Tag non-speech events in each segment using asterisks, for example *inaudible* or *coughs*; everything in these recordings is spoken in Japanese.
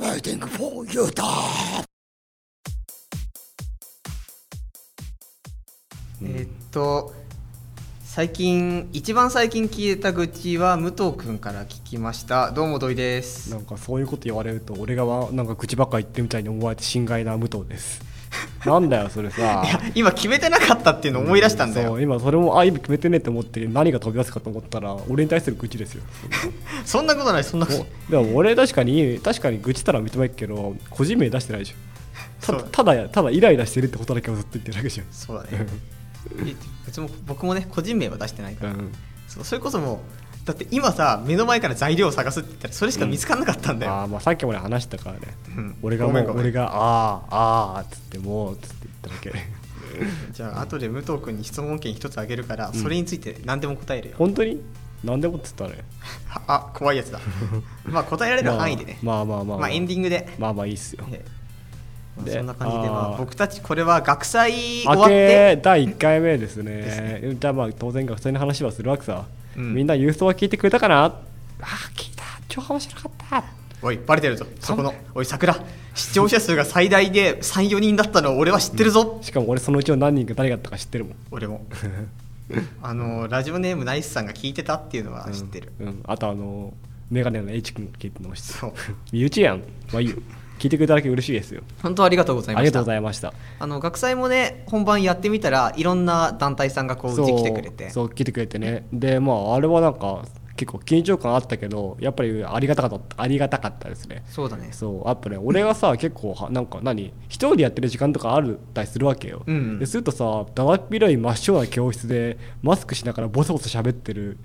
exciting for you だえーっと最近一番最近聞いた愚痴は武藤君から聞きましたどうも土井ですなんかそういうこと言われると俺がわなんか口ばっか言ってみたいに思われて心外な武藤です *laughs* なんだよそれさ今決めてなかったっていうのを思い出したんだそよう今それもあ今決めてねって思って何が飛び出すかと思ったら俺に対する愚痴ですよそんなことないそんなことでも俺確かに確かに愚痴たら認めるけど個人名出してないでしょそたうただただイライラしてるってことだけをずっと言ってるだけじそうだ *laughs* ねえ別に僕もね個人名は出してないかゃん、ら、うん、そうそれこそもうだって今さ目の前から材料を探すって言ったらそれしか見つからなかったんだよ、あーまあさっきもね話したからねうん俺がごめもんごうめん俺があああーあーっつってもうっつって言っただけじゃあ後で武藤君に質問権一つあげるから、それについて何でも答えるよ本当に何でもっつったねああ怖いやつ *laughs* だまあ答えられる範囲でね、ままあまあまああまあ、エンディングで、まあまあいいっすよ。ええまあでそんな感じで、あーまあ、僕たちこれは学祭終わ明っけて第1回目ですですね。じゃあまあ当然学生の話はするわけさ。うんみんな郵送は聞いてくれたかなあー聞いた超面白かったおいバレてるぞそこのおい桜視聴者数が最大で34人だったのを俺は知ってるぞ、しかも俺そのうちの何人か誰がだったか知ってるもん。*laughs* 俺もあのラジオネームナイスさんが聞いてたっていうのは知ってる、うん、あとあの、メガネの H 君が聞いてるのも知ってる。そう身内やん。まあいいよ。聞いてくれただけ嬉しいですよ。本当ありがとうございあまりしがとたうございました。あの学祭もね本番やってみたらいろんな団体さんがこううち来てくれてそうそう来てくれてねでまああれはなんか結構緊張感あったけどやっぱりありがたかったありがたかったですねそうだねそうやっぱね俺がさ結構はなんか何一人でやってる時間とかあるたりするわけよ、うんうんでするとさだだっ広い真っ白な教室でマスクしながらボソボソ喋ってる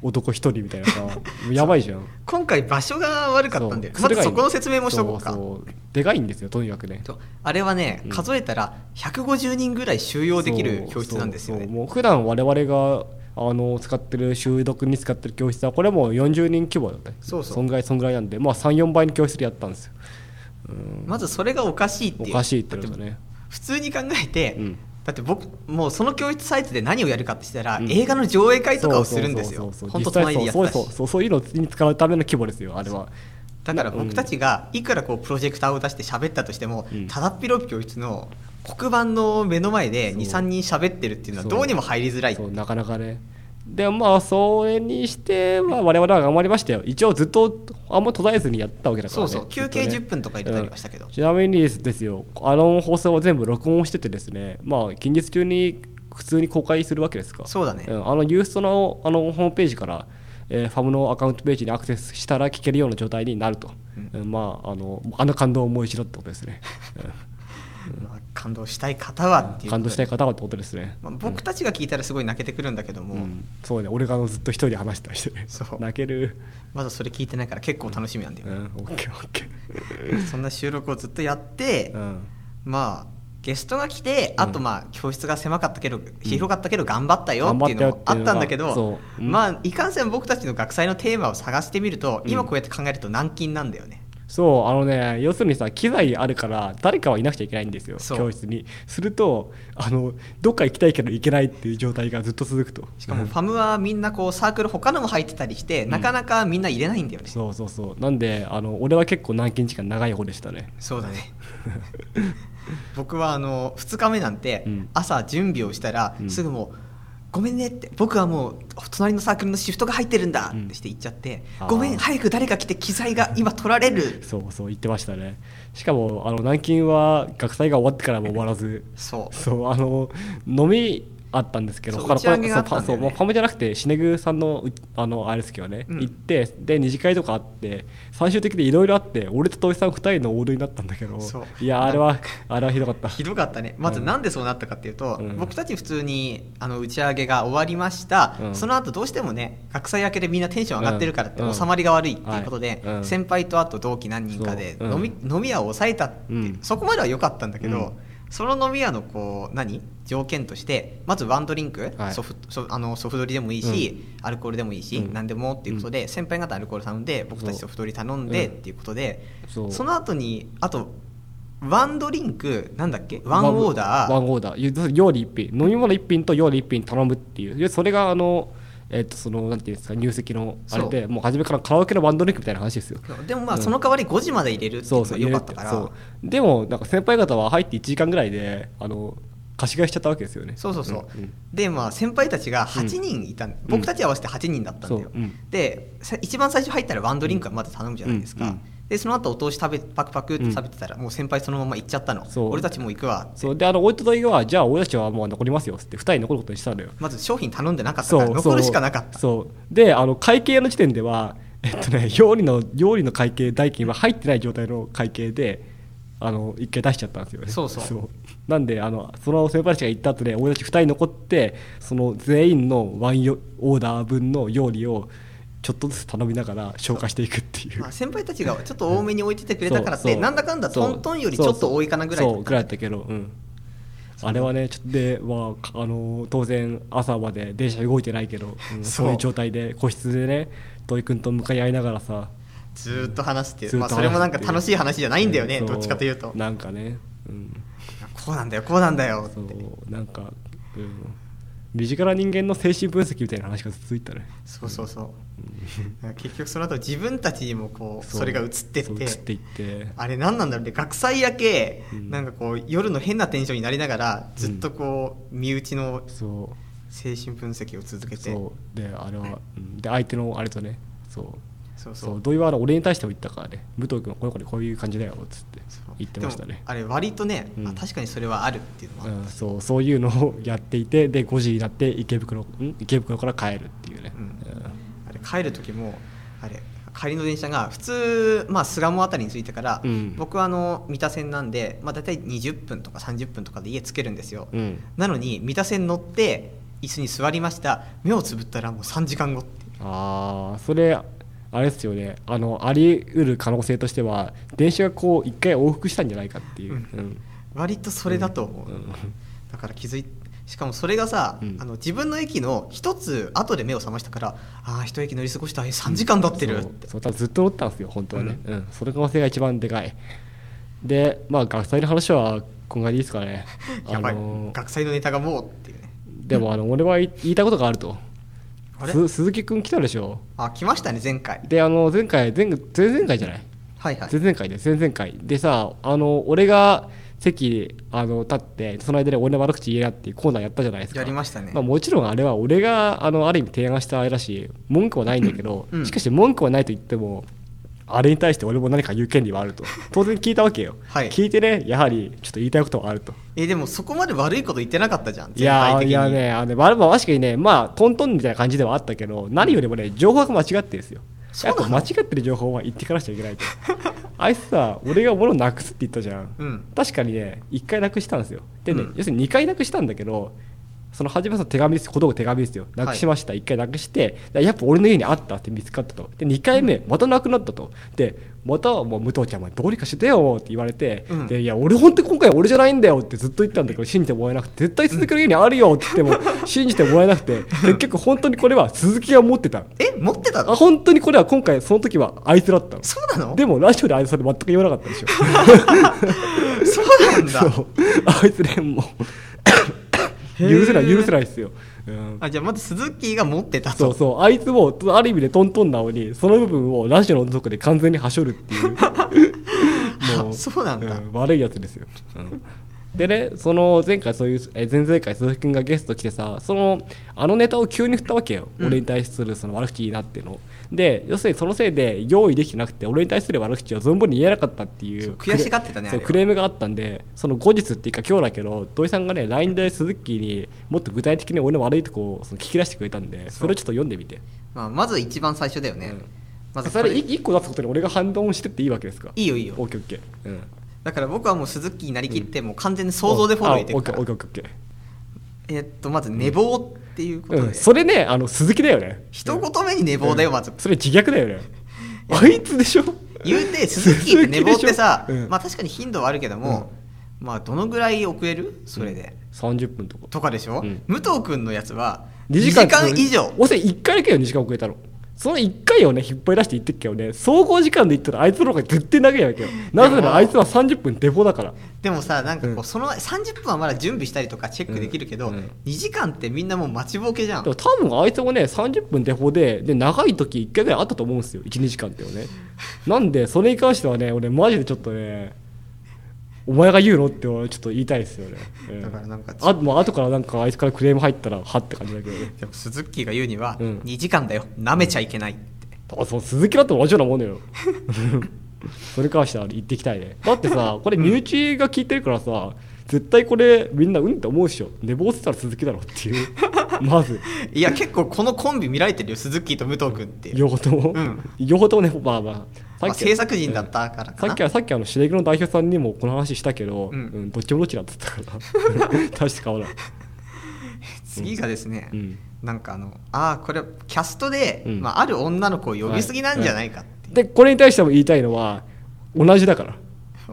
男一人みたいな *laughs* さやばいじゃん今回場所が悪かったんでそうまれずがいいそこの説明もしとこうかそうそうでかいんですよとにかくねそうあれはねうん数えたら150人ぐらい収容できる教室なんですよそうそうねもう普段我々があの使ってる収録に使ってる教室はこれはもう40人規模だったりそうそうんぐらいそんぐらいなんで、まあ、34倍の教室でやったんですよまずそれがおかしいっておいうかしいってことだってね普通に考えて、うんだって僕もうその教室サイトで何をやるかってしたら、うん映画の上映会とかをするんですよそうそ本うそ当う隣で実や際っそうたそうそうそうしそういうのに使うための規模ですよあれはだから僕たちがいくらこうプロジェクターを出して喋ったとしても、うんただっぴろ教室の黒板の目の前でそう23人喋ってるっていうのはどうにも入りづらいそうなかなかねでまあそれにしては我々は頑張りましたよ一応ずっとあんま途絶えずにやったわけだかそら、うね、そう休憩ずっとね10分とか入れたりはしたけど、ちなみにですですよあの放送を全部録音しててですねまあ近日中に普通に公開するわけですかそうだねんあのユーストのあのホームページから、えーファムのアカウントページにアクセスしたら聞けるような状態になると、うんまああのあの感動をもう一度ってことですね、まあ感動したい方はっていうことで感動したい方はってことですね、まあ、僕たちが聞いたらすごい泣けてくるんだけども、うんそうね俺があのずっと一人で話したりしてねそう泣けるまだそれ聞いてないから結構楽しみなんだようね、んオッケーオッケそんな収録をずっとやって、 *laughs* ーうんまあゲストが来てあとまあ教室が狭かったけど、広かったけど頑張ったよっていうのもあった頑張ったよんだけっどていうのが、そううんまあいかんせん僕たちの学祭のテーマを探してみると、今こうやって考えると軟禁なんだよねそうあのね要するにさ機材あるから誰かはいなくちゃいけないんですよそう教室にするとあのどっか行きたいけど行けないっていう状態がずっと続くとしかもファムはみんなこうサークル他のも入ってたりして、なかなかみんな入れないんだよね、そうそうそうなんであの俺は結構軟禁時間長い方でしたねそうだね *laughs* 僕はあの2日目なんてうん朝準備をしたらうんすぐもう「ごめんね」って僕はもう隣のサークルのシフトが入ってるんだってして言っちゃってあ「ーごめん早く誰か来て機材が今取られ *laughs* るそうそう言ってましたねしかもあの軟禁は学祭が終わってからも終わらず」そうそうあの飲みあったんですけどそう他の打ち上げがあったパんだよねそうパムじゃなくてシネグさんのうあのあれですけどね、うん行ってで二次会とかあって最終的にいろいろあって俺と土井さん二人のオールになったんだけどそういやあれはあれはひどかった *laughs* ひどかったねまずうんなんでそうなったかっていうと、うん僕たち普通にあの打ち上げが終わりました、うんその後どうしてもね学祭明けでみんなテンション上がってるからってうん収まりが悪いっていうことで、はいうん先輩とあと同期何人かでそううん飲み,、飲み屋を抑えたっていう、うんそこまでは良かったんだけど、うんその飲み屋のこう何条件としてまずワンドリンク、はいソフソあのソフトリでもいいし、アルコールでもいいし、うん何でもっていうことで、先輩方アルコール頼んで僕たちソフトリ頼んでっていうことで、そうその後にあとワンドリンクなんだっけワンオーダワーンオーダーゆ料理一品飲み物一品と料理一品頼むっていうでそれがあのえっとそのなんていうんですか入籍のあれそでもう初めからカラオケのバンドリンクみたいな話ですよそうでもまあうんその代わり5時まで入れるっていそううのそがう良かったから入れるってそうでもなんか先輩方は入って1時間ぐらいであの貸し替えしちゃったわけですよねそうそうそう、んんでまあ先輩たちが8人いたん、僕たち合わせて8人だったんだよ、そううんでさ一番最初入ったらワンドリンクはまず頼むじゃないですか、うんうんでその後お通し食べパクパクって食べてたら、もう先輩そのまま行っちゃったのそう俺たちもう行くわそうであの俺と大はじゃあ俺たちはもう残りますよっつって2人残ることにしたのよまず商品頼んでなかったそうから残るしかなかったそうそうであの会計の時点ではえっとね料理の料理の会計代金は入ってない状態の会計であの一回出しちゃったんですよねそうそうなんであのその先輩たちが行った後で俺たち2人残ってその全員のワンよオーダー分の料理をちょっとずつ頼みながら消化していくっていうまあ、先輩たちがちょっと多めに置いててくれたからっそうてそうなんだかんだトントンよりちょっと多いかなぐらいだそっうそたうぐらいだったけど、うん、あれはねちょっとで、まあ、かあの当然朝まで電車動いてないけど、うんそそうういう状態で個室でね土井君と向かい合いながらさずーっと話してずーまっあ、と話してそれもなんか楽しい話じゃないんだよね、うんそどっちかというとなんかね、うん、こうなんだよこうなんだよってそうなんか、うん、身近な人間の精神分析みたいな話が続いたねそうそうそう結局その後自分たちにもこうそうそれが映ってっそうて移っていってあれ何なんだろうね学祭やけ、うんなんかこう夜の変なテンションになりながらずっとこう身内のそう精神分析を続けて、そうであれは、うん、で相手のあれとねそうそうそうそう土井はあの俺に対しても言ったからね武藤君はこの子にこういう感じだよっつってそう言ってましたでもねあれ割とね、うんあ確かにそれはあるっていうのうは、ん、そうそういうのをやっていてで5時になって池袋ん池袋から帰るっていうね、うんあれ帰る時もあれ帰りの電車が普通、まあ、巣鴨あたりに着いてから、うん僕はあの三田線なんで、まあ、大体20分とか30分とかで家着けるんですよ、うんうんなのに三田線乗って椅子に座りました目をつぶったらもう3時間後ってああそれあれですよねあのあり得る可能性としては電車がこう一回往復したんじゃないかっていう、ううん割とそれだと思う、うんだから気づいしかもそれがさ、うんあの自分の駅の一つ後で目を覚ましたからああ一駅乗り過ごしたえ3時間経ってるっそうてそう多分ずっと乗ってたんですよ本当はね、うんそれ可能性が一番でかいでまあ学祭の話はこんがりですかね *laughs* やばい、あのー学祭のネタがもうっていうねでもあの俺は言いたいことがあるとあれす鈴木君来たでしょあ来ましたね前回であの前回前前々回じゃないはいはい前々回で前々回でさあの俺が席あの立ってその間で俺の悪口言えなっていうコーナーやったじゃないですかやりましたね、まあ、もちろんあれは俺があのある意味提案したあれだし文句はないんだけど、うんしかし文句はないと言ってもあれに対して俺も何か言う権利はあると当然聞いたわけよ、はい聞いてねやはりちょっと言いたいことはあるとえでもそこまで悪いこと言ってなかったじゃんいやーいにやねあのね、まあ、まあ確かにねまあトントンみたいな感じではあったけど何よりもね情報が間違ってるんですよそうやっなのぱ間違ってる情報は言ってからしちゃいけないとあいつさ俺が物なくすって言ったじゃん、うん確かにね1回なくしたんですよでね、うん要するに2回なくしたんだけどその初めさ手紙です小道具手紙ですよなくしました、1回なくしてでやっぱ俺の家にあったって見つかったとで2回目またなくなったとでまたもう武藤ちゃんお前どうにかしてよって言われて、うんでいや俺本当に今回俺じゃないんだよってずっと言ったんだけど信じてもらえなくて絶対鈴木の家にあるよって言って *laughs* も信じてもらえなくて結局本当にこれは鈴木が持ってたえ持ってたあの本当にこれは今回その時はあいつだったのそうなのでもラジオであいつそれ全く言わなかったでしょそうなんだそうあいつねもうへー許せない許せないですよ、うん、あじゃあまず鈴木が持ってたそうとそうあいつもある意味でトントンなのにその部分をラジオの族で完全にはしょるって *laughs* いうあそうなんだん悪いやつですよ、でねその前回そういうえ前々回鈴木君がゲスト来てさそのあのネタを急に振ったわけよ、うん俺に対するその悪口いいなっていうのをで要するにそのせいで用意できてなくて俺に対する悪口を存分に言えなかったっていそうう悔しがってたねあそれうはクレームがあったんでその後日っていうか今日だけど土井さんがね LINE で鈴木にもっと具体的に俺の悪いとこをその聞き出してくれたんでそうそれをちょっと読んでみて、まあ、まず一番最初だよね、うんまずそれこれ1個出すことに俺が反論してっていいわけですかいいよいいオよッケーオッケー、うん、だから僕はもう鈴木になりきってもう完全に想像でフォロー入れてあオるッケかーオッらケーオッケーえっとまず寝坊っていうこオッケーとうんでそれねあの鈴木だよね一言目に寝坊だよまずそれ自虐だ *laughs* よねあいつでしょ言うて鈴木って寝坊ってさ鈴木でしょうんまあ確かに頻度はあるけどもまあどのぐらい遅れるそれで30分とかとかでしょうん武藤君のやつは2 2時間以上おせ1回だけよ2時間遅れたのその1回をね引っ張り出して言ってっけどね総合時間で言ったらあいつの方が絶対長いわけよなぜならあいつは30分デフォだからでもさなんかこう、うんその30分はまだ準備したりとかチェックできるけうど、んうん2時間ってみんなもう待ちぼうけじゃんでも多分あいつもね30分デフォでで長い時1回ぐらいあったと思うんですよ12時間っていうのねなんでそれに関してはね俺マジでちょっとねお前が言うのって俺ちょっと言いたいですよね、うんだからなんかあもう後からなんかあいつからクレーム入ったらはって感じだけどねでも鈴木が言うには、うん2時間だよなめちゃいけないってだ *laughs* からその鈴木だって同じようなもんだよ *laughs* それに関しては言っていきたいねだってさこれ身内が聞いてるからさ絶対これみんなうんって思うっしょ寝坊してたら鈴木だろって *laughs* いうまずいや結構このコンビ見られてるよ鈴木と武藤君っていう、両方とも、うん両方ともねまあまあまあ、制作人だったからかさなっきはさっきあのシネグロの代表さんにもこの話したけど、ううんんどっちもどっちだって言ったから *laughs* *laughs* 確かほら、次がですね、うん、なんかあのああこれキャストで、うんまあ、ある女の子を呼びすぎなんじゃないかって、でこれに対しても言いたいのは同じだから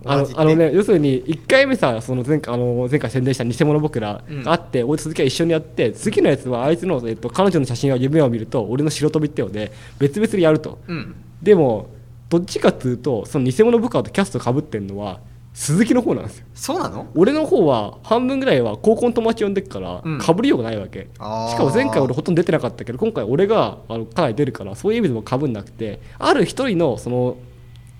あ同のじってあのね要するに1回目さその前回あの前回宣伝した偽物僕らうんがあって、俺と鈴木は一緒にやって次のやつはあいつの、えっと、彼女の写真や夢を見ると俺の白飛びってので別々にやるとうんでもどっちかっていうとその偽物部下とキャストかぶってんのは鈴木の方なんですよそうなの俺の方は半分ぐらいは高校の友達呼んでるからうんかぶりようがないわけ、あーしかも前回俺ほとんど出てなかったけど今回俺があのかなり出るからそういう意味でもかぶんなくてある一人のその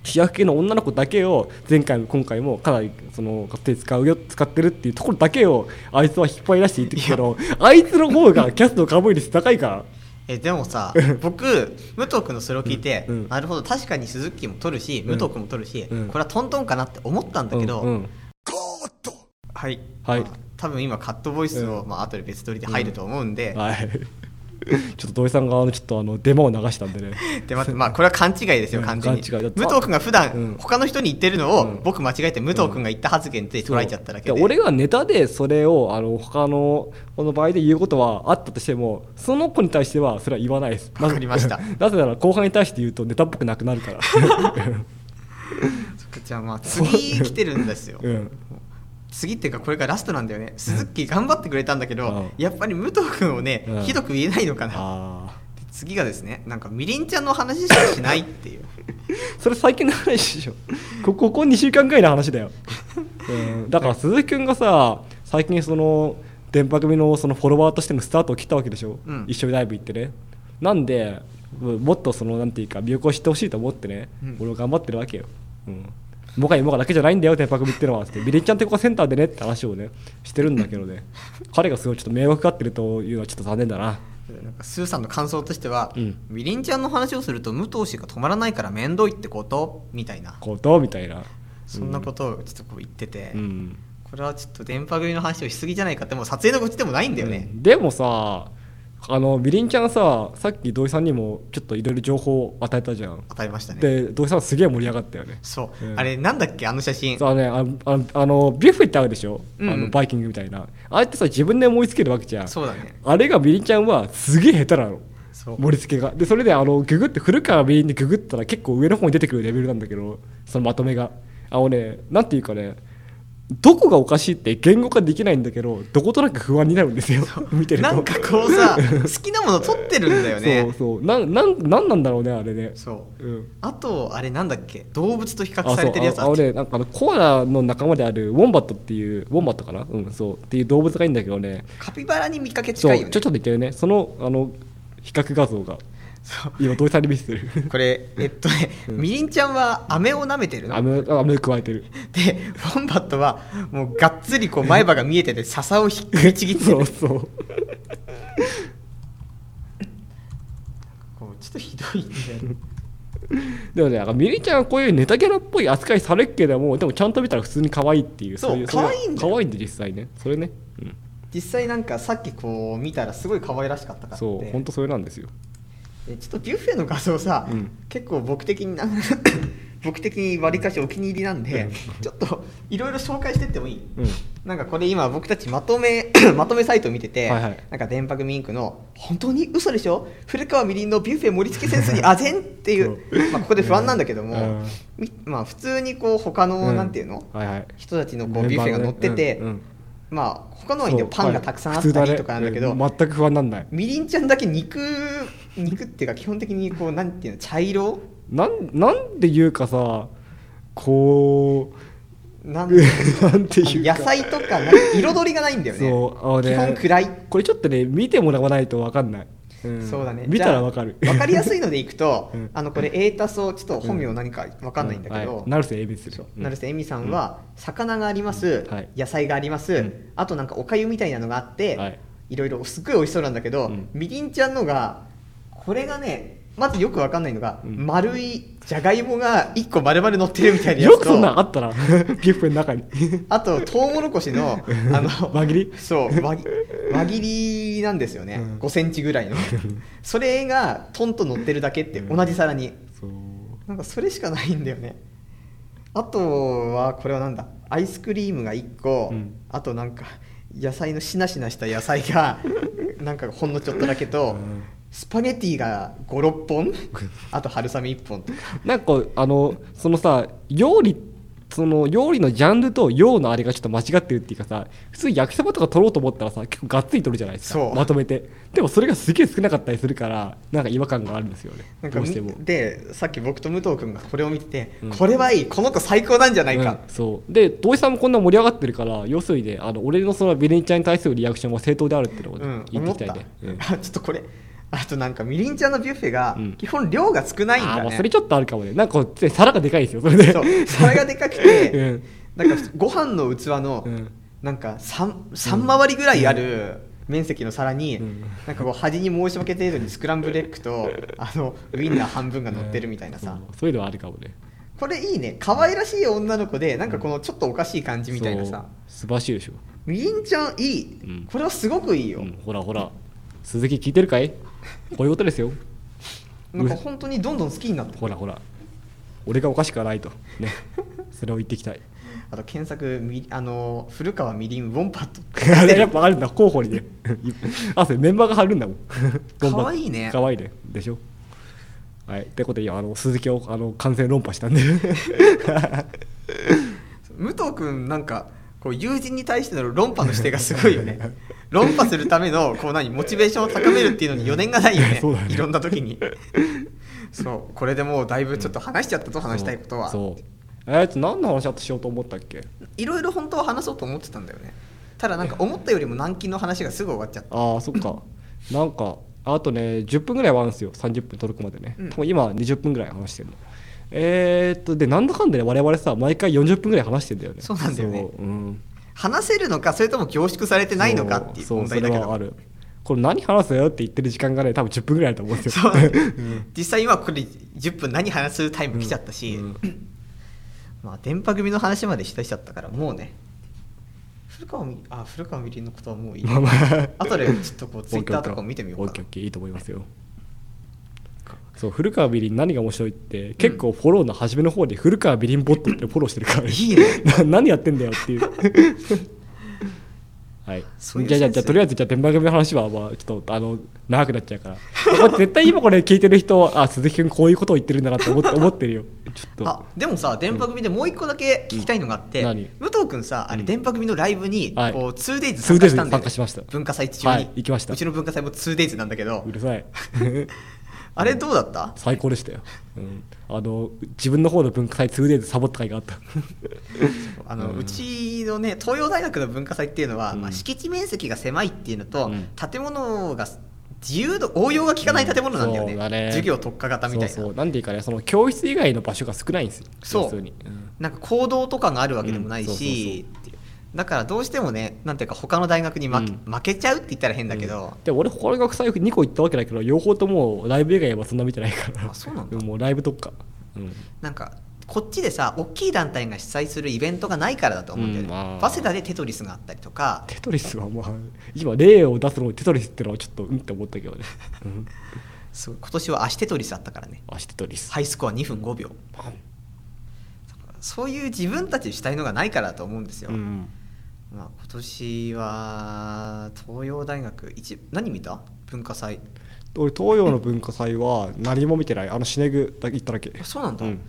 主役系の女の子だけを前回も今回もかなりその勝手に使うよ使ってるっていうところだけをあいつは引っ張り出して言ってきたけどあいつの方がキャストのかぶり率高いからえでもさ僕武藤君のそれを聞いて、うんうんなるほど確かに鈴木も取るし、うん武藤君も取るし、うんこれはトントンかなって思ったんだけど、うんうんはい、はいまあ多分今カットボイスを、まあ後で別撮りで入ると思うんで、はい *laughs* ちょっと土井さんがあのちょっとあのデマを流したんでねでまたまあこれは勘違いですようん完全に勘違いだって武藤君が普うん段他の人に言ってるのを、うん僕間違えて武藤君が言った発言で捉えちゃっただけで、そういや俺がネタでそれをあの他のこの場合で言うことはあったとしてもその子に対してはそれは言わないですわかりましたなぜなぜなら後半に対して言うとネタっぽくなくなるから *laughs* そっかじゃあまあ次来てるんですよ、うん次っていうかこれがラストなんだよね鈴木頑張ってくれたんだけど、うんやっぱり武藤君をね、うんひどく言えないのかなあで次がですねなんかみりんちゃんの話しかしないっていう *laughs* ーそれ最近の話でしょこここ2週間ぐらいの話だよ、うん、だから鈴木君がさ最近その電波組のそのフォロワーとしてのスタートを切ったわけでしょ、うん一緒にライブ行ってねなんでもっとそのなんていうか魅力を知ってほしいと思ってね、うん俺も頑張ってるわけよ、うん、もがいもがだけじゃないんだよ電波組ってのはつってビレッジャンってここセンターでねって話をねしてるんだけどね彼がすごいちょっと迷惑かかってるというのはちょっと残念だななんかスーさんの感想としては、うんみりんちゃんの話をすると武藤氏が止まらないから面倒いってことみたいなことみたいなそんなことをちょっとこう言ってて、うんこれはちょっと電波組の話をしすぎじゃないかってもう撮影のこっちでもないんだよね、うんでもさあのみりんちゃんささっき土井さんにもちょっといろいろ情報を与えたじゃん、与えましたねで土井さんすげえ盛り上がったよねそう、うんあれなんだっけあの写真さあねあのあのあのビュッフェってあるでしょ、うんあのバイキングみたいなあれってさ自分で盛り付けるわけじゃんそうだねあれがみりんちゃんはすげえ下手なのそう盛り付けがでそれであのググって古川みりんでググったら結構上の方に出てくるレベルなんだけどそのまとめがあのねなんていうかねどこがおかしいって言語化できないんだけどどことなく不安になるんですよ *laughs* 見てるとなんかこ *laughs* うさ好きなもの撮ってるんだよねそうそうなんなんなんなんだろうねあれねそううんあとあれなんだっけ動物と比較されてるやつああそうああっ俺なんかあのコアラの仲間であるウォンバットっていうウォンバットかなうんそうっていう動物がいいんだけどねカピバラに見かけそ近うちいよょねちょっと似てるねそのあの比較画像がそう今土井さんに見せてるこれえっとね、うんみりんちゃんは飴を舐めてるのあめあめ加えてるでフォンバットはもうがっつりこう前歯が見えてて笹をひっくりちぎってるそうそうこうちょっとひどいんだよねでもねなんかミリちゃんはこういうネタキャラっぽい扱いされっけどもでもちゃんと見たら普通に可愛いっていうそうい可愛いんだよ可愛いんで実際ねそれね、うん、実際なんかさっきこう見たらすごい可愛らしかったからそう本当それなんですよえちょっとビュッフェの画像さ、うん結構僕的にな僕的にわりかしお気に入りなんで、ちょっといろいろ紹介してってもいい、うんなんかこれ今僕たちまとめ *coughs* まとめサイトを見てて、はいはいなんか電波組インクの「本当に嘘でしょ古川みりんのビュッフェ盛り付けセンスにあぜん」っていう、まあ、ここで不安なんだけども、うんみまあ、普通にこう他の、なんていうのはいはい人たちのこうビュッフェが載ってて、うんうんまあ他のはいいんそうだよパンがたくさんあったりとかなんだけど、はい普通ねうん全く不安なんないみりんちゃんだけ肉肉っていうか基本的にこうなんていうの *laughs* 茶色なんなんで言うかさこなんう *laughs* なんていう野か菜とかなんか彩りがないんだよねそうあのね基本暗い、これちょっとね見てもらわないと分かんない、んそうだね見たら分かるじゃあわかりやすいのでいくと、 *laughs* うんあのこれ A たそうちょっと本名何かわかんないんだけど、 *laughs* うはいなるせえびするそううん成瀬恵美さんは魚があります、はい野菜があります、うんあとなんかおかゆみたいなのがあって、はいい、ろいろすっごい美味しそうなんだけど、うんみりんちゃんのがこれがねまずよくわかんないのが、うん丸いじゃがいもが1個丸々乗ってるみたいなやよつくとそんなんあ *laughs* ったなビュッフェの中に *laughs* あとトウモロコシのあの輪切りそう輪切輪切りなんですよね、うん5センチぐ *laughs* らいのそれがトンと乗ってるだけってうん同じ皿に、そうなんかそれしかないんだよねあとはこれはなんだアイスクリームが1個、うんあとなんか野菜のしなしなした野菜 *laughs* がなんかほんのちょっとだけと、うんスパゲティが56本あと春雨1本とかなんかあのそのさ料理その料理のジャンルと用のあれがちょっと間違ってるっていうかさ普通焼きそばとか取ろうと思ったらさ結構がっつり取るじゃないですそかうまとめてでもそれがすげえ少なかったりするからなんか違和感があるんですよねなんかどうみしてもでさっき僕と武藤君がこれを見てて、うんこれはいいこの子最高なんじゃないかう、んそうで土井さんもこんな盛り上がってるから要するにねあの俺のそのベレンちゃんに対するリアクションも正当であるっていうのをうん言っ思てっきたいね、た、うんあちょっとこれあとなんかみりんちゃんのビュッフェがうん基本量が少ないんあーだまあね、それちょっとあるかもねなんかこう皿がでかいですよそれでそうそれがでかくて、うんなんかご飯の器の、うんなんか 3, 3回りぐらいある面積の皿に、うんなんかこう端に申し訳程度にスクランブルエッ *laughs* グとあのウインナー半分が乗ってるみたいなさ、うんそういうのはあるかもねこれいいね可愛らしい女の子でなんかこのちょっとおかしい感じみたいなさそう素晴らしいでしょ、みりんちゃんいい、うんこれはすごくいいよ、うん、ほらほら鈴木聞いてるかいこういうことですよなんか本当にどんどん好きになってほらほら俺がおかしくはないとねそれを言っていきた *laughs* いあと検索みあの古川みりんウォンパット *laughs* あれやっぱあるんだ候補にねあそれメンバーが貼るんだもん *laughs* 可愛いねかわいいねでしょはいってことでいやあの鈴木をあの完全論破したんで武藤君なんかこう友人に対しての論破の姿勢がすごい *laughs* よね論破するためのこう何モチベーションを高めるっていうのに余念がないよね *laughs* そうだねいろんな時にそうこれでもうだいぶちょっと話しちゃったと話したいことは、そうえっと何の話あとしようと思ったっけいろいろ本当は話そうと思ってたんだよねただなんか思ったよりも軟禁の話がすぐ終わっちゃったああそっかなんかあとね10分ぐらいはあるんですよ30分届くまでね、うん多分今20分ぐらい話してるのえー、っとでなんだかんだね我々さ毎回40分ぐらい話してんだよねそうなんだよねそううん話せるのかそれとも凝縮されてないのかっていうそう問題だそけうそれはあどるこれ何話すよって言ってる時間がね多分10分ぐらいだと思うんですそようなんだよ実際今これ10分何話すタイム来ちゃったし、うんまあ電波組の話までしたしちゃったからもうね古川みあ古川みりんのことはもうい *laughs* いまあまあ後でちょっ *laughs* とこうツイッターとかを見てみようオッかケーなオッケーいいと思いますよそう古川ビリン何が面白いって結構フォローの初めの方で古川ビリンボットってフォローしてるから、ね、いいね *laughs* な何やってんだよって *laughs* いうはいそういうじゃあじゃあじゃあセンスとりあえずじゃあ天番組の話は、まあ、ちょっとあの長くなっちゃうからこれ絶対今これ聞いてる人あ鈴木君こういうことを言ってるんだなって思っ *laughs* て思ってるよちょっとあでもさ電波組でもう一個だけ聞きたいのがあって、うん何武藤君さあれうん電波組のライブにこうはい 2days 参加したん 2days だよ、ね、参加しました文化祭中に、はい行きましたうちの文化祭も 2days なんだけどうるさいあれどうだった最高でしたよ、うん、あの自分の方の文化祭 2days サボった回があったあのうちのね東洋大学の文化祭っていうのは、うんまあ、敷地面積が狭いっていうのと、うん建物が自由度応用が効かない建物なんだよね,、そうだね授業特化型みたいなそうそうなんでいいかねその教室以外の場所が少ないんですよそう普通に、うんなんか行動とかがあるわけでもないし、っていうだからどうしてもねなんていうか他の大学に負け,、う負けちゃうって言ったら変だけど、で俺他の学祭2個行ったわけだけど両方ともライブ以外はそんな見てないからあそうなんだもうライブ特化うんなんかこっちでさ大きい団体が主催するイベントがないからだと思うんだよね、うんあー早稲田でテトリスがあったりとかテトリスはまあ今例を出すのにテトリスってのはちょっとうんって思ったけどね、うん、そう今年は足テトリスあったからねあテトリス、ハイスコア2分5秒そういう自分たちしたいのがないからだと思うんですよ、うん、まあ、今年は東洋大学一何見た文化祭俺東洋の文化祭は何も見てないあのシネグだけ行っただけあそうなんだ、うん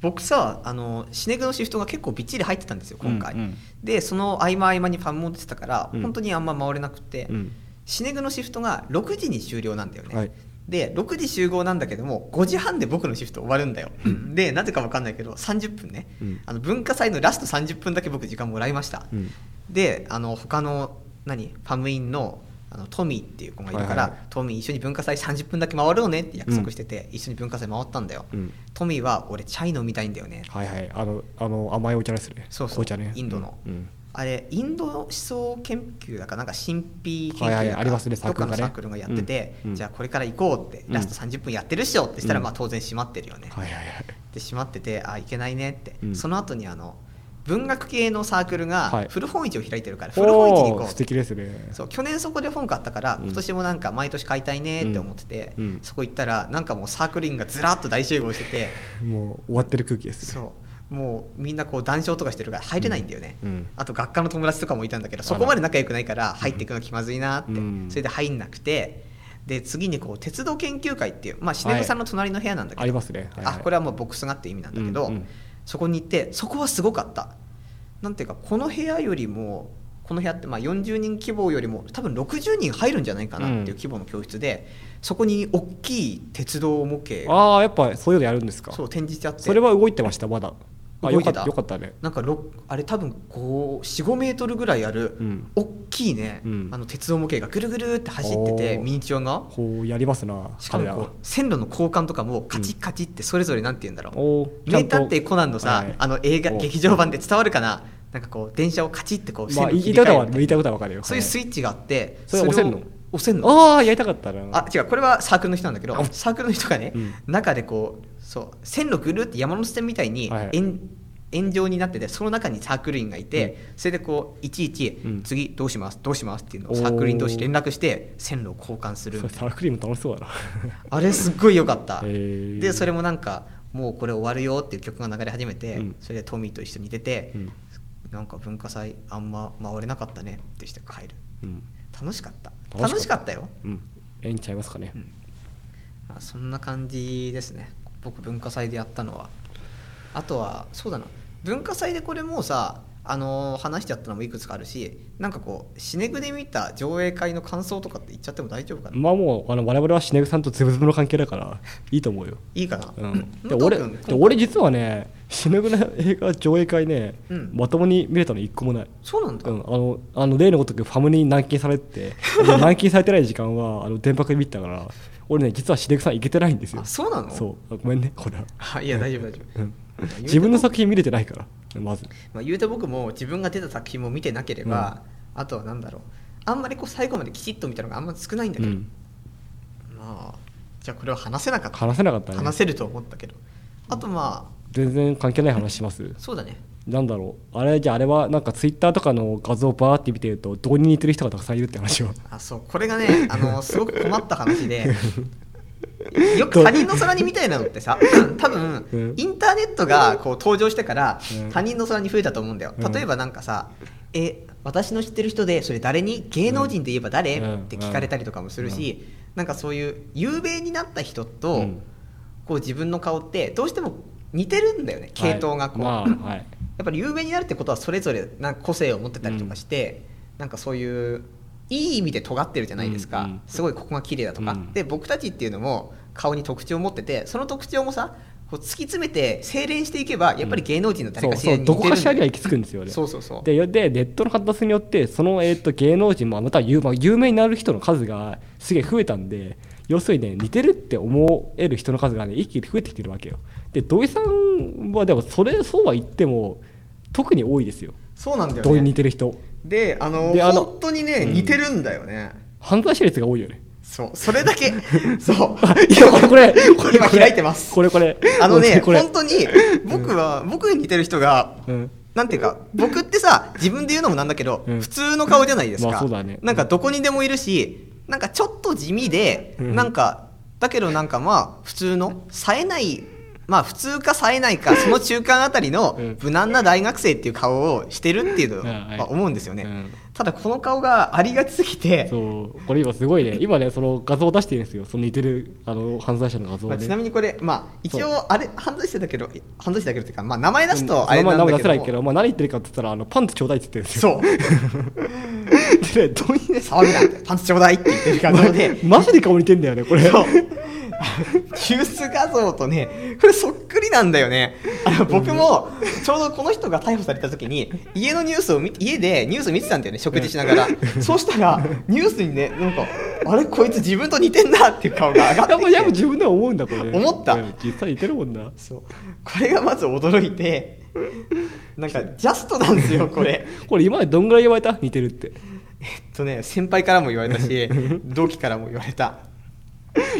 僕さあのシネグのシフトが結構びっちり入ってたんですよ今回、うんうんでその合間合間にファンも出てたから、うん本当にあんま回れなくて、うんシネグのシフトが6時に終了なんだよね、はいで6時集合なんだけども5時半で僕のシフト終わるんだよ、でなぜか分かんないけど30分ね、うんあの文化祭のラスト30分だけ僕時間もらいました、うんであの他の何ファムインのあのトミーっていう子がいるから、はいはいトミー一緒に文化祭30分だけ回ろうねって約束してて、一緒に文化祭回ったんだよ、うんトミーは俺チャイ飲みたいんだよねはいはいあのあの甘いお茶ですねそうそう紅茶ねインドのうんあれインドの思想研究だかなんか神秘研究だか、はいはいありますねどっかのササーーククルルががねやってて、うんうんじゃあこれから行こうって、うんラスト30分やってるっしょってしたら、うんまあ当然閉まってるよね、はいはいはいで閉まっててあ行けないねって、うんその後にあの文学系のサークルはがい古本市を開いてるから、古本市に行こおうーっ素て敵ですねそう去年そこで本買ったからうん今年もなんか毎年買いたいねって思ってて、うんうんそこ行ったらなんかもうサークル員がずらっと大集合しててもう終わってる空気ですねそうもうみんなこう談笑とかしてるから入れないんだよね、うんあと学科の友達とかもいたんだけどそこまで仲良くないから入っていくの気まずいなって、うんそれで入んなくてで次にこう鉄道研究会っていう、まあ、シネムさんの隣の部屋なんだけど、ありますねはいはいあこれはもうボックスがって意味なんだけど、うんうんそこに行ってそこはすごかったなんていうかこの部屋よりもこの部屋ってまあ40人規模よりも多分60人入るんじゃないかなっていう規模の教室で、そこに大きい鉄道模型がああやっぱそういうのやるんですかそう展示してあってそれは動いてましたまだあ動よいかってたたよかったねなんかろあれ多分45メートルぐらいあるうん大きいね、うんあの鉄道模型がぐるぐるって走ってておーミニチュアがこうやりますなしかも彼らこはう線路の交換とかもカチッカチッってそれぞれなんて言うんだろう、おお名探偵コナンのさ、あの映画お劇場版で伝わるかななんかこう電車をカチッってこうま線あ路言にい切言いりた替えいるこみとたはい言いたいことなは分かるよそういうスイッチがあってそれ押せんのを押せんのああやりたかったなあ違うこれはサークルの人なんだけどあサークルの人がね、うん中でこうそう線路ぐるって山手線みたいにはいはい円円状になっててその中にサークル員がいて、それでこういちいち、うん次どうしますどうしますっていうのをおーサークル員同士連絡して線路を交換するそれサークリーム楽しそうだなあれすっごい良かった *laughs* へーでそれもなんかもうこれ終わるよっていう曲が流れ始めて、うんそれでトミーと一緒に出て、うんなんか文化祭あんま回れなかったねってして帰るうん楽しかった楽し楽しかかったようんええんちゃいますかねあそんな感じですね僕文化祭でやったのはあとはそうだな文化祭でこれもうさあのー話しちゃったのもいくつかあるしなんかこうシネグで見た上映会の感想とかって言っちゃっても大丈夫かな、まあもうあの我々はシネグさんとズブズブの関係だ *laughs* からいいと思うよいいかな、うん、で武藤俺君で俺実はねシネグの映画上映会ね、うんまともに見れたの一個もない、そうなんだ、うん、あのあの例のごとくファムに軟禁されててで軟禁されてない時間はあ *laughs* の電泊で見てたから俺ね実はシネグさん行けてないんですよあそうなのそうあごめんねこれは、あいや大丈夫大丈夫、うん、自分の作品見れてないからまずまあ、言うて僕も自分が出た作品も見てなければ、あとは何だろうあんまりこう最後まできちっと見たのがあんま少ないんだうけど、んまあじゃあこれは話せなかった話せなかったね話せると思ったけどあとま全然関係ない話しますあそうだねなんだろうあれじゃああれはなんかツイッターとかの画像バーって見てるとどこに似てる人がたくさんいるって話をあそうこれがねあ *laughs* のすごく困った話でよく他人の空にみたいなのってさ多分、うんインターネットがこう登場してから、うん他人の空に増えたと思うんだようん例えばなんかさ「え私の知ってる人でそれ誰に芸能人で言えば誰うんって聞かれたりとかもするし、なんかそういう有名になった人と、うんこう自分の顔ってどうしても似てるんだよね系統がこう、はいまあはいやっぱり有名になるってことはそれぞれなんか個性を持ってたりとかして、なんかそういういい意味で尖ってるじゃないですか、うんうんすごいここが綺麗だとか、うんで僕たちっていうのも顔に特徴を持っててその特徴もさこう突き詰めて精錬していけばやっぱり芸能人の誰そかうしそらうに似てどるんこだよかしらには行き着くんですよねそうそうそうででネットの発達によってその、えー、と芸能人まあまたは有,、まあ、有名になる人の数がすげえ増えたんで要するにね似てるって思える人の数がね一気に増えてきてるわけよで土井さんはでもそれそうは言っても特に多いですよそうなんだよ土井にね似てる人であのであの本当にね、うん似てるんだよね犯罪者率が多い *laughs* よねそうそれだけ *laughs* そういやこ *laughs* れこれ今開いてますこれこれあのねこれ本当に僕は、僕に似てる人がうんなんていうか僕ってさ自分で言うのもなんだけど、うん普通の顔じゃないですか、まあそうだねなんかどこにでもいるしなんかちょっと地味で、うんなんかだけどなんかまあ普通の冴えないまあ普通か冴えないかその中間あたりの *laughs* うん無難な大学生っていう顔をしてるっていうのあはいは思うんですよね、うんただこの顔がありがちすぎて、そうこれ今すごいね今ねその画像を出してるんですよその似てるあの犯罪者の画像をまあ、ねちなみにこれまあ一応あれ犯罪者だけど犯罪者だけどっていうか、まあ、名前出すうんとあれ名前な名んだけ前ど出せないけど、まあ、何言ってるかって言ったらあのパンツちょうだいって言ってるんですよ *laughs* そうでねどうにね騒ぐなってパンツちょうだいって言ってる画像でマジで顔似てんだよねこれ *laughs* そう急須画像とねこれそっくりなんだよねあの僕もちょうどこの人が逮捕された時に家のニュースを見家でニュース見てたんだよね食事しながらそうしたらニュースにねなんかあれこいつ自分と似てんなっていう顔が上がやっってぱきやっぱて自分では思うんだこれ思ったうん実際似てるもんなそうこれがまず驚いてなんかジャストなんですよこれ。これ今までどんぐらい言われた似てるって *laughs* えっとね先輩からも言われたし同期からも言われた、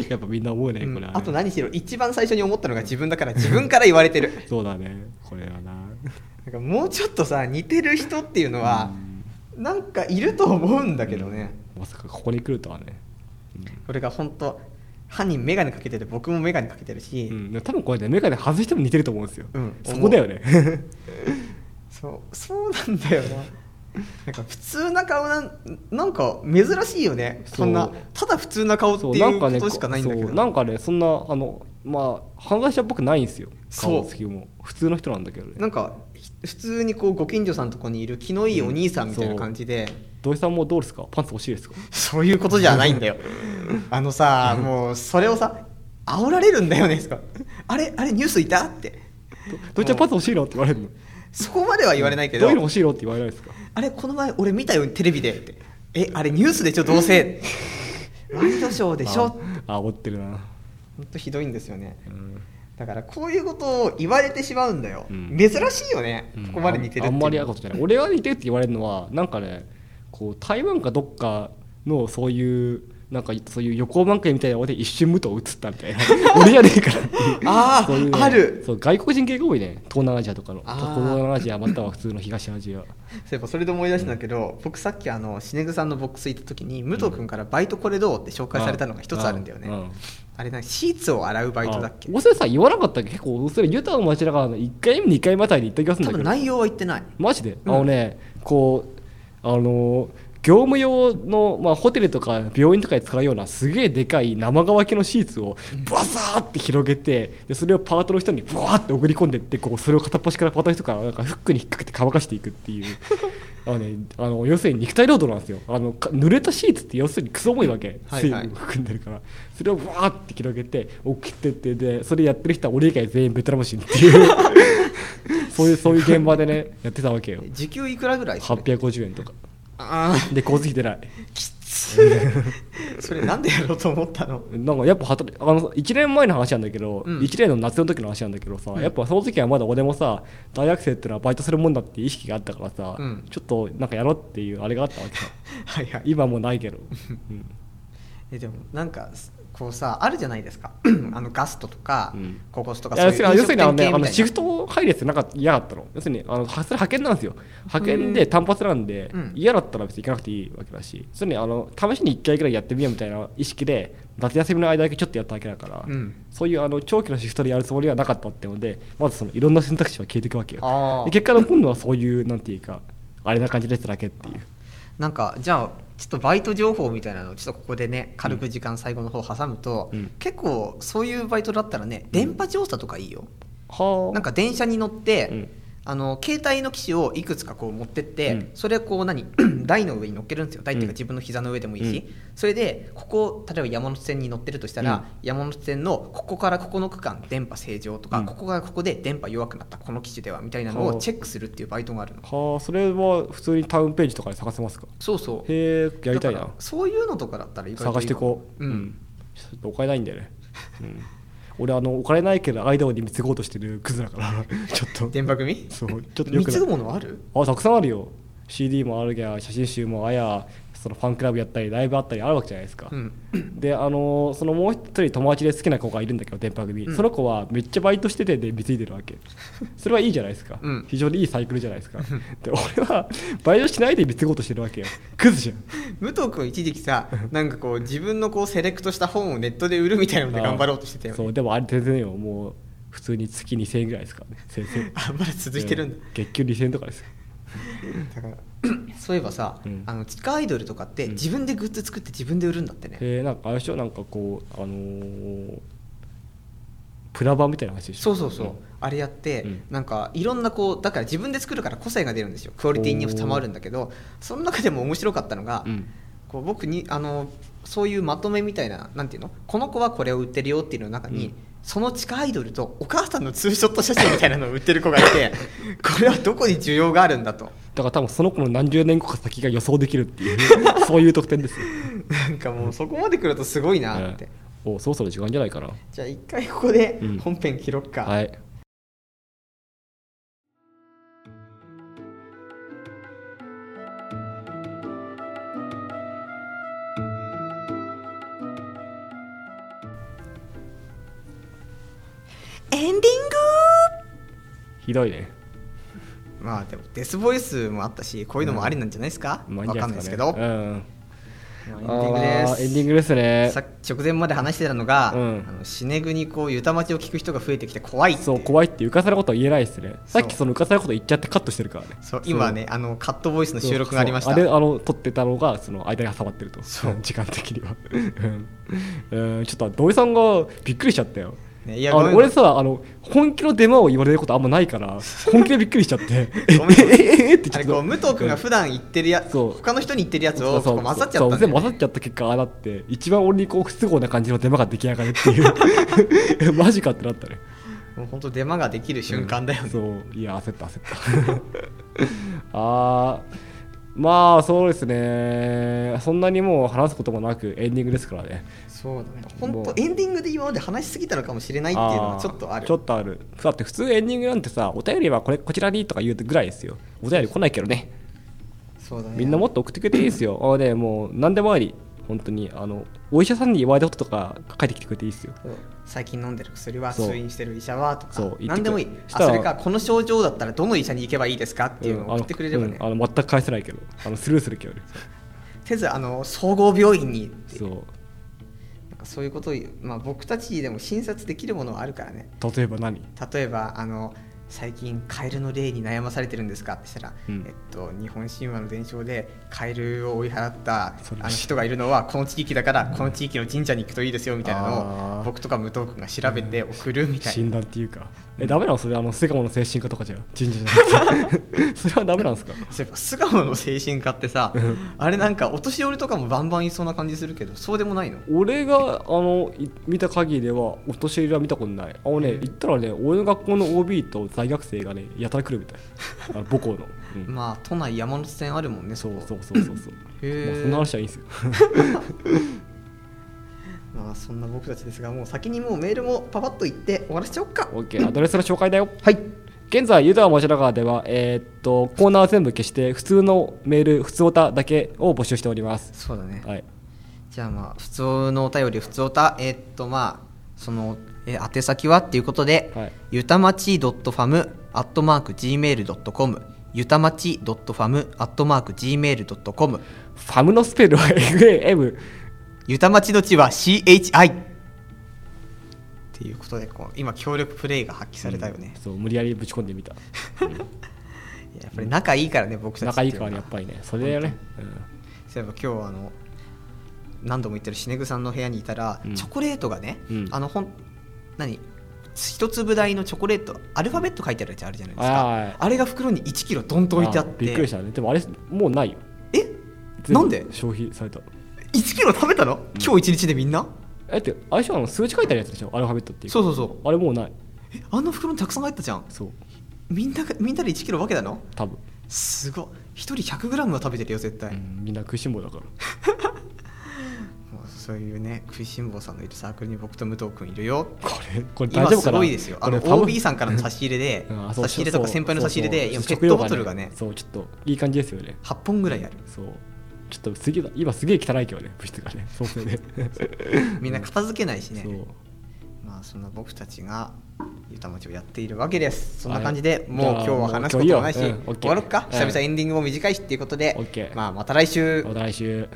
やっぱみんな思うねうこれんはねあと何しろ一番最初に思ったのが自分だから自分から言われ *laughs* てるそうだねこれはななんかもうちょっとさ似てる人っていうのはなんかいると思うんだけどねまさかここに来るとはねこれが本当犯人眼鏡かけてて僕も眼鏡かけてるし、うん、でも多分これねメガネ外しても似てると思うんですよ、うんそこだよねそうそうなんだよななんか普通な顔なんなんか珍しいよねそうそんなただ普通な顔っ *laughs* てそういなんうかこねとしかないんだけどそうなんかねそんなあのまあ犯罪者っぽくないんですよそう顔つきも普通の人なんだけどねなんかひ普通にこうご近所さんのとこにいる気のいいお兄さんみたいな感じで、土井さんもどうですかパンツ欲しいですかそういうことじゃないん *laughs* だよ。あのさ、もうそれをさ、煽られるんだよね。あれ、あれニュースいたって。 *laughs* 土井ちゃんパンツ欲しいのって言われるのそこまでは言われないけどどういうの、欲しいのって言われないですかあれ、この前俺見たよ、テレビでって。え、あれニュースでしょ、どうせ。ワイドショーでしょ。ほあ煽ってるな、んとひどいんですよね。うんだからこういうことを言われてしまうんだよ。うん珍しいよね、うんここまで似てるっていうあんのまりあることじゃない俺が似てるって言われるのはなんかねこう台湾かどっかのそういうなんかそういう横漫画みたいなので一瞬武藤映ったみたい *laughs* な俺じゃねえからっていうあーそういうねあるそう外国人系が多いね東南アジアとかのあ東ー南アジアまたは普通の東アジアそういえばそれで思い出したんだけど、僕さっきあのシネグさんのボックス行った時に武藤君から「バイトこれどう?」って紹介されたのが一つあるんだよね、ううあれなシーツを洗うバイトだっけあそれさ言わなかったっけ結構それユタの街だから1回目2回目あたりに行った気がするん多だけ分ど内容は言ってないマジで、うんあのねこうあのー業務用の、まあ、ホテルとか病院とかで使うようなすげえでかい生乾きのシーツをバサーって広げてでそれをパートの人にブワーって送り込んでってこうそれを片っ端からパートの人からなんかフックに引っ掛けて乾かしていくっていう *laughs* あの、ね、あの要するに肉体労働なんですよあのか濡れたシーツって要するにクソ重いわけ、はい水はい分を含んでるからそれをブワーって広げて送ってってでそれやってる人は俺以外全員ベトナム人って *laughs* いうそういうそういう現場でねやってたわけよ時給いくらぐらいそれ850円とかああで交通費出ないきつ *laughs* いそれなんでやろうと思ったの *laughs* なんかやっぱ働あの1年前の話なんだけど、うん1年の夏の時の話なんだけどさ、うんやっぱその時はまだ俺もさ大学生ってのはバイトするもんだっていう意識があったからさ、うんちょっとなんかやろうっていうあれがあったわ *laughs* けさはいはい今もうないけ *laughs* ど、うんえでもなんかこうさあるじゃないですか *clears throat* あのガストとか、うんココスとかいやそういうそれは要す飲る食にあの、ね、あ店系みのたいシフなト配列なかっ嫌だったの要するにあのはそれ派遣なんですよ派遣うでん単発なんで、うん嫌だったら別に行かなくていいわけだしそれにあの試しに1回ぐらいやってみようみたいな意識で夏休みの間だけちょっとやったわけだから、うんそういうあの長期のシフトでやるつもりはなかったってのでまずそのいろんな選択肢は消えていくわけよあーで結果の今度はそういうなんていうかあれな感じでしただけっていうなんかじゃあちょっとバイト情報みたいなのをちょっとここでね軽く時間最後の方挟むと、うん結構そういうバイトだったらね電波調査とかいいよ、はあなんか電車に乗って、うんあの携帯の機種をいくつかこう持ってって、うんそれをこう何 *clears throat* 台の上に乗っけるんですよ台ってういうんか自分の膝の上でもいいし、うそれでここ例えば山手線に乗ってるとしたら、うん山手線のここからここの区間電波正常とか、うんここがここで電波弱くなったこの機種ではみたいなのはあをチェックするっていうバイトがあるのはあそれは普通にタウンページとかで探せますかそうそうへえやりたいだかならそういうのとかだったら意外といいかも探してこううんちょっとお金ないんだよね、うん、俺あのお金ないけどアイドルに貢ごうとしてるクズだから *laughs* ちょっと電波組そうちょっとよく貢ぐないものあるあたくさんあるよ CD もあるや写真集もあやそのファンクラブやったりライブあったりあるわけじゃないですか、うんであのそのもう一人友達で好きな子がいるんだけど電波組、うんその子はめっちゃバイトしててで貢いでるわ *laughs* けそれはいいじゃないですか、うん非常にいいサイクルじゃないです *laughs* かで俺はバイトしないで貢ごうとしてるわけよクズじゃん武藤君一時期さなんかこう自分のこうセレクトした本をネットで売るみたいなので頑張ろうとしてたよねそうでもあれ全然よもう普通に月2000円ぐらいですからね先生あまだ *laughs* 続いてるんだう、月給2000円とかですよだからそういえばさ、うんあの地下アイドルとかってうん自分でグッズ作って自分で売るんだってね、えー、なんかあれでしょなんかこうあのープラバンみたいな話でしょそうそうそう、んあれやって、うんなんかいろんなこうだから自分で作るから個性が出るんですよクオリティにもまるんだけどその中でも面白かったのが、うんこう僕にあのそういうまとめみたいななんていうのこの子はこれを売ってるよっていうの中に、うんその地下アイドルとお母さんのツーショット写真みたいなのを売ってる子がい *laughs* てこれはどこに需要があるんだとだから多分その子の何十年後か先が予想できるって *laughs* いうそういう特典ですよ、なんかもうそこまで来るとすごいなって、うんおそろそろ時間じゃないかなじゃあ一回ここでうん本編切ろっか、はいエンディングひどいねまあでもデスボイスもあったしこういうのもありなんじゃないですか、うまわいんじゃかんなないいですすでけかど、ねうんまあエンディングですあーエンディングですねさっき直前まで話してたのが、うんあの死ねぐにこうゆたまちを聞く人が増えてきて怖いっていそう怖いっていう浮かされたことは言えないですねさっきその浮かされたこと言っちゃってカットしてるからねそう今はねあのカットボイスのそう収録がありましたそうあれあの撮ってたのがその間に挟まってるとそう時間的にはうんうんちょっと土井さんがびっくりしちゃったよねいあやのごめん俺さあの本気の出前を言われることあんまない *laughs* から本気でびっくりしちゃってごめ *laughs* んえええええってあちょっれことう武藤君が普段言ってるやそう他の人に言ってるやつそをうそうこう混ざっちゃったんだそう全よ部混ざっちゃった結果ああなって一番俺にこう不都合な感じのデマが出来上がるっていう *laughs* マジかってなったねもう本当デマができる瞬間だよね、そういや焦った焦った *laughs* あーまあそうですねそんなにもう話すこともなくエンディングですからねそうだね本も当うエンディングで今まで話しすぎたのかもしれないっていうのはちょっとあるーちょっとあるだって普通エンディングなんてさお便りはこれこちらにとか言うぐらいですよお便り来ないけどねそうだねみんなもっと送ってくれていいですよあーねもう何でもあり本当にあのお医者さんに言われたこととか書いてきてくれていいですよそう最近飲んでる薬はそう通院してる医者はとかそう言ってくれ何でもいいしあたらそれかこの症状だったらどの医者に行けばいいですかっていうのを送ってくれればうんね、あのうんあの全く返せないけどあのスルーするけどねとりあえずあの総合病院にそうなんかそういうことを言う、まあ、僕たちでも診察できるものはあるからね例えば何例えばあの最近カエルの霊に悩まされてるんですかってしたら、うんえっと、日本神話の伝承でカエルを追い払ったそれあの人がいるのはこの地域だからこの地域の神社に行くといいですよみたいなのあをー僕とか武藤君が調べて送るみたいな診断っていうかえダメなのそれあのセカモの精神科とかじゃ神社じゃなく *laughs* てそれはダメなんですかそういえば巣鴨の精神科ってさあれなんかお年寄りとかもバンバンいそうな感じするけどそうでもないの俺があのい見た限りではお年寄りは見たことないあのね行ったらね俺の学校の OB と大学生がねやたら来るみたいあの母校の、うんまあ都内山手線あるもんねそそうそうそうそうそうへーまあそんな話はいいんですよまあそんな僕たちですがもう先にもうメールもパパッと言って終わらせちゃおうか OK アドレスの紹介だよはい現在、ユダは持ちながらでは、えーっと、コーナー全部消して、普通のメール、普通オタだけを募集しております。そうだねはい。じゃあまあ普通のお便り普通おたえーっとまあそのえー宛先はっていうことで、はいゆたまち .fam アットマーク gmail.com ゆたまち .fam アットマーク gmail.com ファムのスペルは FAM。ゆたまちのちは CHI っていうことでこう今協力プレイが発揮されたよね、そう、無理やりぶち込んでみた。いややっぱり仲いいからね僕たち仲っいていいうのかはらねやっぱりね。それだよね。そういえば今日あの何度も言ってるシネグさんの部屋にいたら、うんチョコレートがね、うんあのほん何一粒大のチョコレートアルファベット書いてあるやつあるじゃないですはいはいはかいあれが袋に1キロドンうとん置いてあってびっくりしたね。でもあれ、もうないよ。え全部なんで消費された。 1キロ食べたの今日1日でみんな、えって、あれでしょあの数字書いてあるやつでしょアルファベットっていうか。そうそうそうあれもうない。えあんな袋にたくさん入ったじゃんそう。みんながみんなで1キロ分けたの多分。すごい1人 100g は食べてるよ絶対、うんみんな食いしん坊 *laughs* だから。もうそういうね食いしん坊さんのいるサークルに僕と武藤君いるよこれ、これ大今丈夫かなすごいですよあのこれファム OB さんからの差し入れでうんあそう差し入れとかそう先輩の差し入れでそう今そうペットボトルがねそうちょっといい感じですよね8本ぐらい *coughs* あるそうちょっとすげえ今すげえ汚いけどね物質がねそうですよねみんな片付けないしねそうまあそんな僕たちがゆたまちをやっているわけですそんな感じでもじゃあう今日は話すこともないしもう今日いいようんオッケー終わろっかうん久々エンディングも短いしっていうことでオッケーまあまた来週また来週